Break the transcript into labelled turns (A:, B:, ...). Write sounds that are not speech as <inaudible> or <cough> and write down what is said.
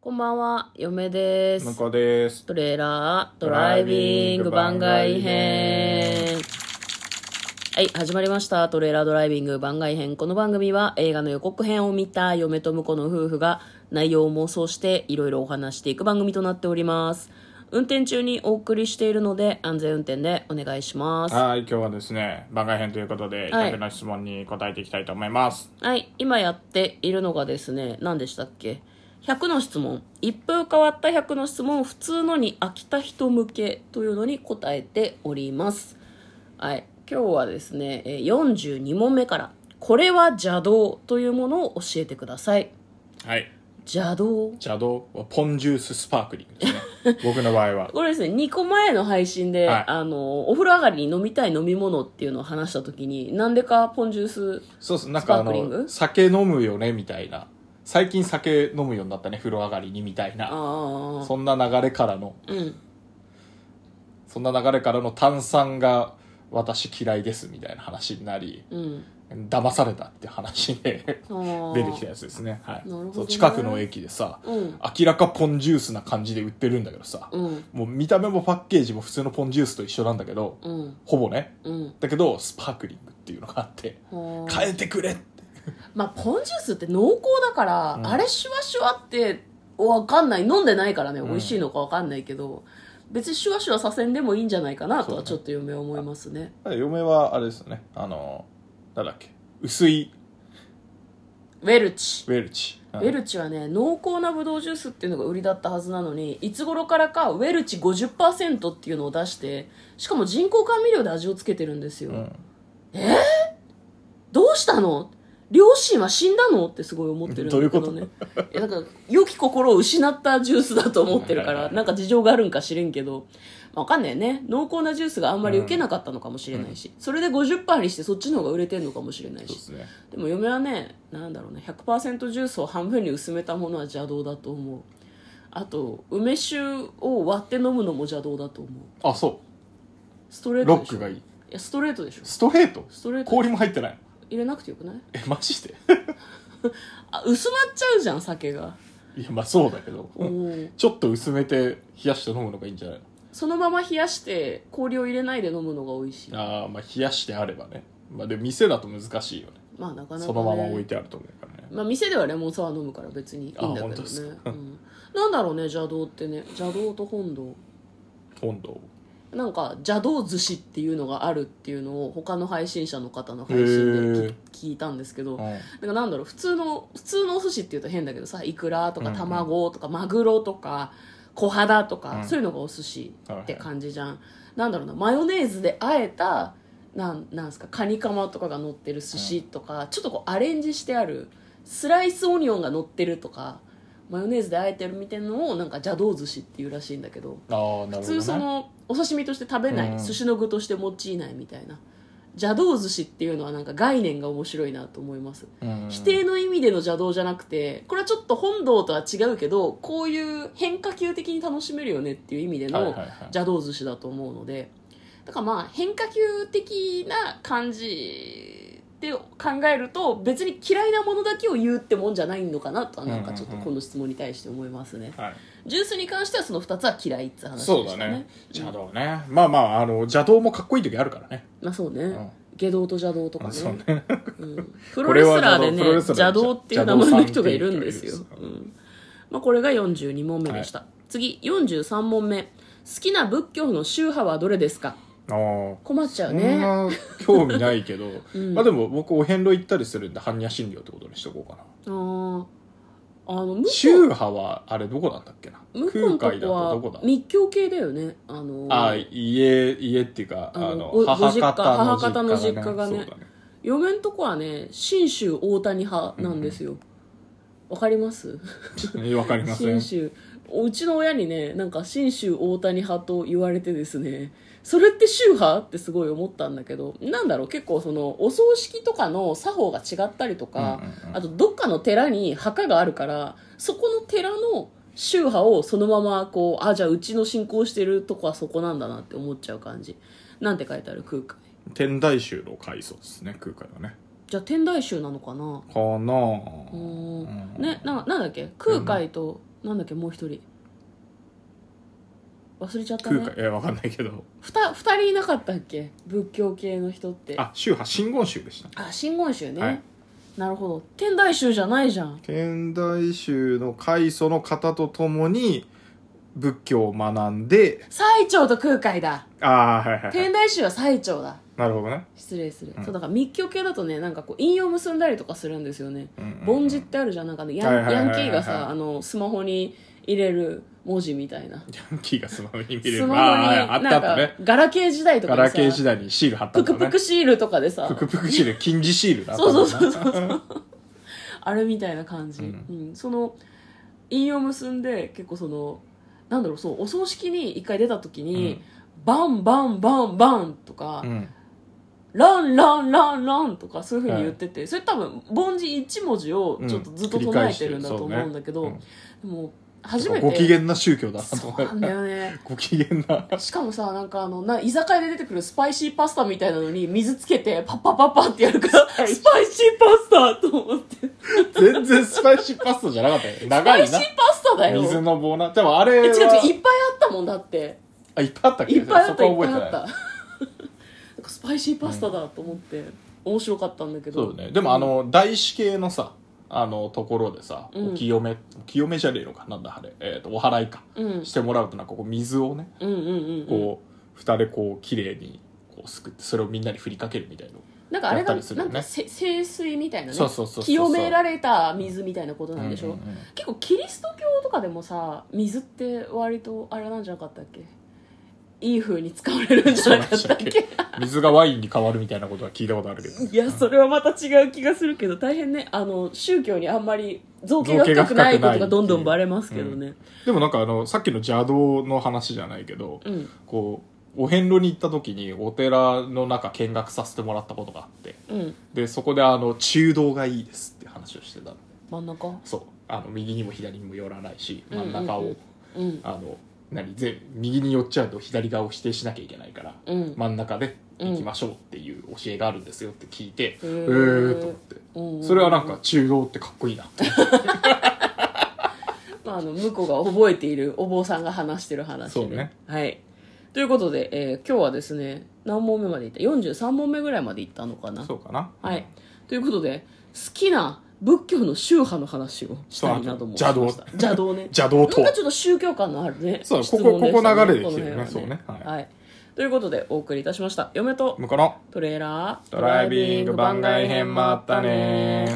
A: こんばんは、嫁です。
B: 向こうです。
A: トレーラードライビング番外編。はい、始まりました。トレーラードライビング番外編。この番組は映画の予告編を見た嫁と婿の夫婦が内容を妄想していろいろお話していく番組となっております。運転中にお送りしているので安全運転でお願いします。
B: はい、今日はですね、番外編ということで、
A: はい
B: 客の質問に答えていきたいと思います。
A: はい、今やっているのがですね、何でしたっけ ?100 の質問。一風変わった100の質問を普通のに飽きた人向けというのに答えております。はい、今日はですね、えー42問目から、これは邪道というものを教えてください。
B: はい。
A: 邪道
B: 邪道はポンジューススパークリング
A: <laughs>
B: ですね。僕の場合は。
A: これですね、2個前の配信で、
B: はい
A: あの、お風呂上がりに飲みたい飲み物っていうのを話した時に、なんでかポンジュース、
B: そうそう、なんかあ
A: スパークリング
B: の、酒飲むよね、みたいな。最近酒飲むようになったね、風呂上がりに、みたいな。
A: ああ、
B: そんな流れからの、
A: うん。
B: そんな流れからの炭酸が私嫌いです、みたいな話になり、
A: うん。
B: 騙されたって話で <laughs>
A: あー
B: 出てきたやつですね。は
A: な
B: い。
A: るほどね
B: そう近くの駅でさ、
A: うん。
B: 明らかポンジュースな感じで売ってるんだけどさ、
A: うん。
B: もう見た目もパッケージも普通のポンジュースと一緒なんだけど、
A: うん。
B: ほぼね
A: うん。
B: だけどスパークリングっていうのがあって
A: はあ
B: 変えてくれって
A: まあ、ポンジュースって濃厚だから、
B: うん
A: あれシュワシュワってわかんない飲んでないからね、
B: うん
A: 美味しいのかわかんないけど別にシュワシュワさせんでもいいんじゃないかなとはち
B: そ
A: ょ
B: う
A: っと嫁は思いますね
B: 嫁はあれですよねあのなんだっけ薄い
A: ウェルチ
B: ウェルチ
A: ウェルチはね濃厚なブドウジュースっていうのが売りだったはずなのにいつ頃からかウェルチ50%っていうのを出してしかも人工甘味料で味をつけてるんですよ、
B: うん
A: どうしたの両親は死んだのってすごい思ってるんだけど
B: どうい
A: ね
B: う。
A: いやなんか、良き心を失ったジュースだと思ってるか
B: はいはい
A: ら、
B: はい
A: なんか事情があるんか知れんけど、まあわかんないよね。濃厚なジュースがあんまり受けなかったのかもしれないし、それで50%にしてそっちの方が売れてんのかもしれない
B: そう
A: し
B: で。すね
A: でも嫁はね、なんだろうね、100%ジュースを半分に薄めたものは邪道だと思う。あと、梅酒を割って飲むのも邪道だと思う。
B: あそ
A: ストレ
B: う
A: ート
B: ロ
A: で
B: ッ
A: しょ。
B: クがい
A: い
B: い
A: や、ストレートでしょ。
B: ストレート
A: ストレート
B: 氷も入ってない
A: 入れなくてよくない
B: えマジで
A: あ、薄まっちゃうじゃん、酒が。
B: いやまあそうだけど
A: うん
B: ちょっと薄めて冷やして飲むのがいいんじゃない
A: そのまま冷やして氷を入れないで飲むのが美味しい
B: のあーまあ冷やしてあればねまあでも店だと難しいよね
A: まあなかなか、ね、
B: そのまま置いてあると思うからね
A: まあ店ではレモンサワー飲むから別にいいんだけ
B: あ
A: ど
B: 本
A: ね
B: 当です
A: う
B: か
A: ん、なんだろうね邪道ってね邪道と本堂
B: 今度
A: なんか邪道寿司っていうのがあるっていうのを他の配信者の方の配
B: へ
A: 信で
B: ー
A: き聞いたんですけど、
B: うん
A: なんかなんだろう普通の普通のお寿司っていうと変だけどさいくらとか卵とかマグロとか小肌とか、
B: うん
A: そういうのがお寿司って感じじゃん、なんだろうなマヨネーズであえたなんなんすかカニカマとかが乗ってる寿司とか、ちょっとこうアレンジしてあるスライスオニオンが乗ってるとかマヨネーズであえてるみたいなのをなんか邪道寿司っていうらしいんだけど
B: ああなるほど、ね、
A: 普通そのお刺身として食べない、
B: うん
A: 寿司の具として用いないみたいな邪道寿司っていうのはなんか概念が面白いなと思います
B: うん
A: 否定の意味での邪道じゃなくてこれはちょっと本堂とは違うけどこういう変化球的に楽しめるよねっていう意味で
B: はいは
A: の
B: いはい
A: 邪道寿司だと思うのでだからまあ変化球的な感じで考えると別に嫌いなものだけを言うってもんじゃないのかなとはなんかちょっと
B: うんうんうん
A: この質問に対して思いますね
B: はい
A: ジュースに関してはその2つは嫌いって話で
B: そう
A: し
B: だ
A: たね
B: ね邪道ね、まあまああの邪道もかっこいい時あるからね、
A: まあそうね、
B: うん
A: 下道と邪道とかね
B: そうね <laughs>
A: うんプロレスラーでね
B: これは
A: 邪
B: 邪道
A: 道っていう名前の人がいるんですよ
B: 邪道さんっていう人がいるんで
A: う
B: すよ
A: んまあ、これが42問目でした、次43問目好きな仏教の宗派はどれですか
B: ああ
A: 困っちゃ
B: そ
A: うんね
B: な興味ないけど、
A: うん
B: まあでも僕お遍路行ったりするんで般若心経ってことにしとこうかな
A: あーあの向こ
B: 宗派はあれどこなんだっけな
A: う向こうの
B: 空
A: と
B: 海だとどこ
A: こは
B: だ
A: 密教系だよねあの
B: ああ家家っていうかあ
A: あの
B: の
A: ご
B: 母
A: ご
B: 方
A: 実
B: の実
A: 家
B: 家
A: 母方の実家が
B: が
A: ね
B: ねそうだね
A: 嫁んとこはね信州大谷派なんですよわ、かります
B: えわかりませ
A: 信
B: ん
A: 州うちの親にねなんか信州大谷派と言われてですねそれって宗派ってすごい思ったんだけどなんだろう結構そのお葬式とかの作法が違ったりとか、
B: うんうんうん
A: あとどっかの寺に墓があるからそこの寺の宗派をそのままこうあじゃあうちの信仰してるとこはそこなんだなって思っちゃう感じなんて書いてある空海
B: 天台宗の開祖ですね空海はね
A: じゃあ天台宗なのかな
B: かなあ
A: うーん
B: うん
A: ねななんだっけ空海となんだっけもう一人忘れちゃった
B: 空
A: ね
B: 海いやわかんないけど
A: ふた二人いなかったっけ仏教系の人って
B: あ宗派真言宗でした
A: あ真言宗ね、
B: はい
A: なるほど天台宗じゃないじゃん
B: 天台宗の開祖の方とともに仏教を学んで
A: 最澄と空海だ
B: ああーはいはい、は
A: 天
B: い、
A: 台宗は最澄だ
B: なるほどね
A: 失礼する、
B: うん
A: そうだから密教系だとねなんかこう引用結んだりとかするんですよね
B: うんうんうん
A: 凡字ってあるじゃんなんかねヤ
B: はい
A: ン
B: はいは
A: ヤ
B: いはい
A: ン
B: は
A: キ
B: い
A: ーがさあのスマホに入れる文字みたいな
B: ヤンキーがスマホに見れ
A: ス
B: る
A: マホ
B: あ
A: に
B: ーああったあ
A: な
B: っ
A: ん
B: た
A: か
B: ね
A: ガラケー時代とか
B: ガ
A: に
B: ラケー時
A: さ
B: 代にシール貼った
A: プ
B: んだ
A: ク
B: ね
A: プクシールとかでさ
B: プクプクシール金字シールだった
A: そうそう
B: そうそう
A: あれみたいな感じ、う
B: うん
A: その引用結んで結構そのなんだろうそうお葬式に一回出た時に、
B: うん
A: バンバンバンバンとか、
B: うん
A: ランランランランとかそういうふうに言ってて、それ多分凡字一文字をちょっとずっと唱えてるんだと思うんだけど、
B: うん
A: もう初めて
B: ご機嫌な宗教だなと
A: そ
B: 思
A: うなんだよね
B: ご機嫌な
A: しかもさなんかあのな居酒屋で出てくるスパイシーパスタみたいなのに水つけてパッパッパッパってやるからスパイシーパスタと思って
B: 全然スパイシーパスタじゃなかったよ
A: スパ
B: 長
A: イ
B: い
A: シー
B: な
A: パスタだよ
B: 水の棒なでもあれ
A: え違う
B: は
A: 違ういっぱいあったもんだって
B: あいっぱいあったっけ
A: いっぱいあったい
B: そ
A: っ
B: こ
A: ぱ
B: はい
A: あっ
B: 覚え
A: てた
B: ない
A: なん <laughs> かスパイシーパスタだと思って、面白かったんだけど
B: そうねでもあの大師系のさあのところでさ、
A: うん
B: お清めお清めじゃねえのかなんだあれ、えー、とお祓いか
A: うん、うん
B: してもらうとなんかこう水をね
A: うんうんうん
B: こう二人でこう綺麗にこうすくってそれをみんなに振りかけるみたいな
A: なんかあれが、
B: やったりする
A: な
B: よ
A: ん
B: ね
A: かせ聖水みたいなね
B: そうそうそうそう
A: 清められた水みたいなことなんでしょ、
B: うんうんうん
A: 結構キリスト教とかでもさ水って割とあれなんじゃなかったっけいい風に使われるんじゃなかったっけ
B: そうで <laughs> 水がワインに変わるみたいなことは聞いたことあるけど
A: いやそれはまた違う気がするけど大変ねあの宗教にあんまり造形が深くないことがどんどんバレますけどね
B: でもなんかあのさっきの邪道の話じゃないけど、
A: うん
B: こうお遍路に行った時にお寺の中見学させてもらったことがあって
A: うん
B: でそこであの中道がいいですって話をしてたの
A: 真ん中
B: そうあの右にも左にも寄らないし真ん中を、
A: うんうんうん
B: あの何ぜ右に寄っちゃうと左側を否定しなきゃいけないから、
A: うん
B: 真ん中で行きましょうっていう教えがあるんですよって聞いて、
A: う
B: うんえーと思って、
A: うん
B: それはなんか中道ってかっこいいなって
A: まあ、あの向こうが覚えているお坊さんが話してる話で
B: そうね
A: はいということで、えー今日はですね何問目までいった43問目ぐらいまでいったのかな
B: そうかな
A: はいということで好きな仏教の宗派の話をしたいなと思いました
B: そうあと
A: 邪
B: 邪道
A: 道ね
B: 邪道
A: <laughs>
B: と
A: なん
B: は
A: かちょっと宗教感のあるね
B: そう
A: 質問でした
B: ここここ流れできてるね
A: この辺は
B: そうね
A: は、
B: はい
A: ということでお送りいたしました嫁と
B: 向こうの
A: トレーラード
B: ドライビング番外編もあったね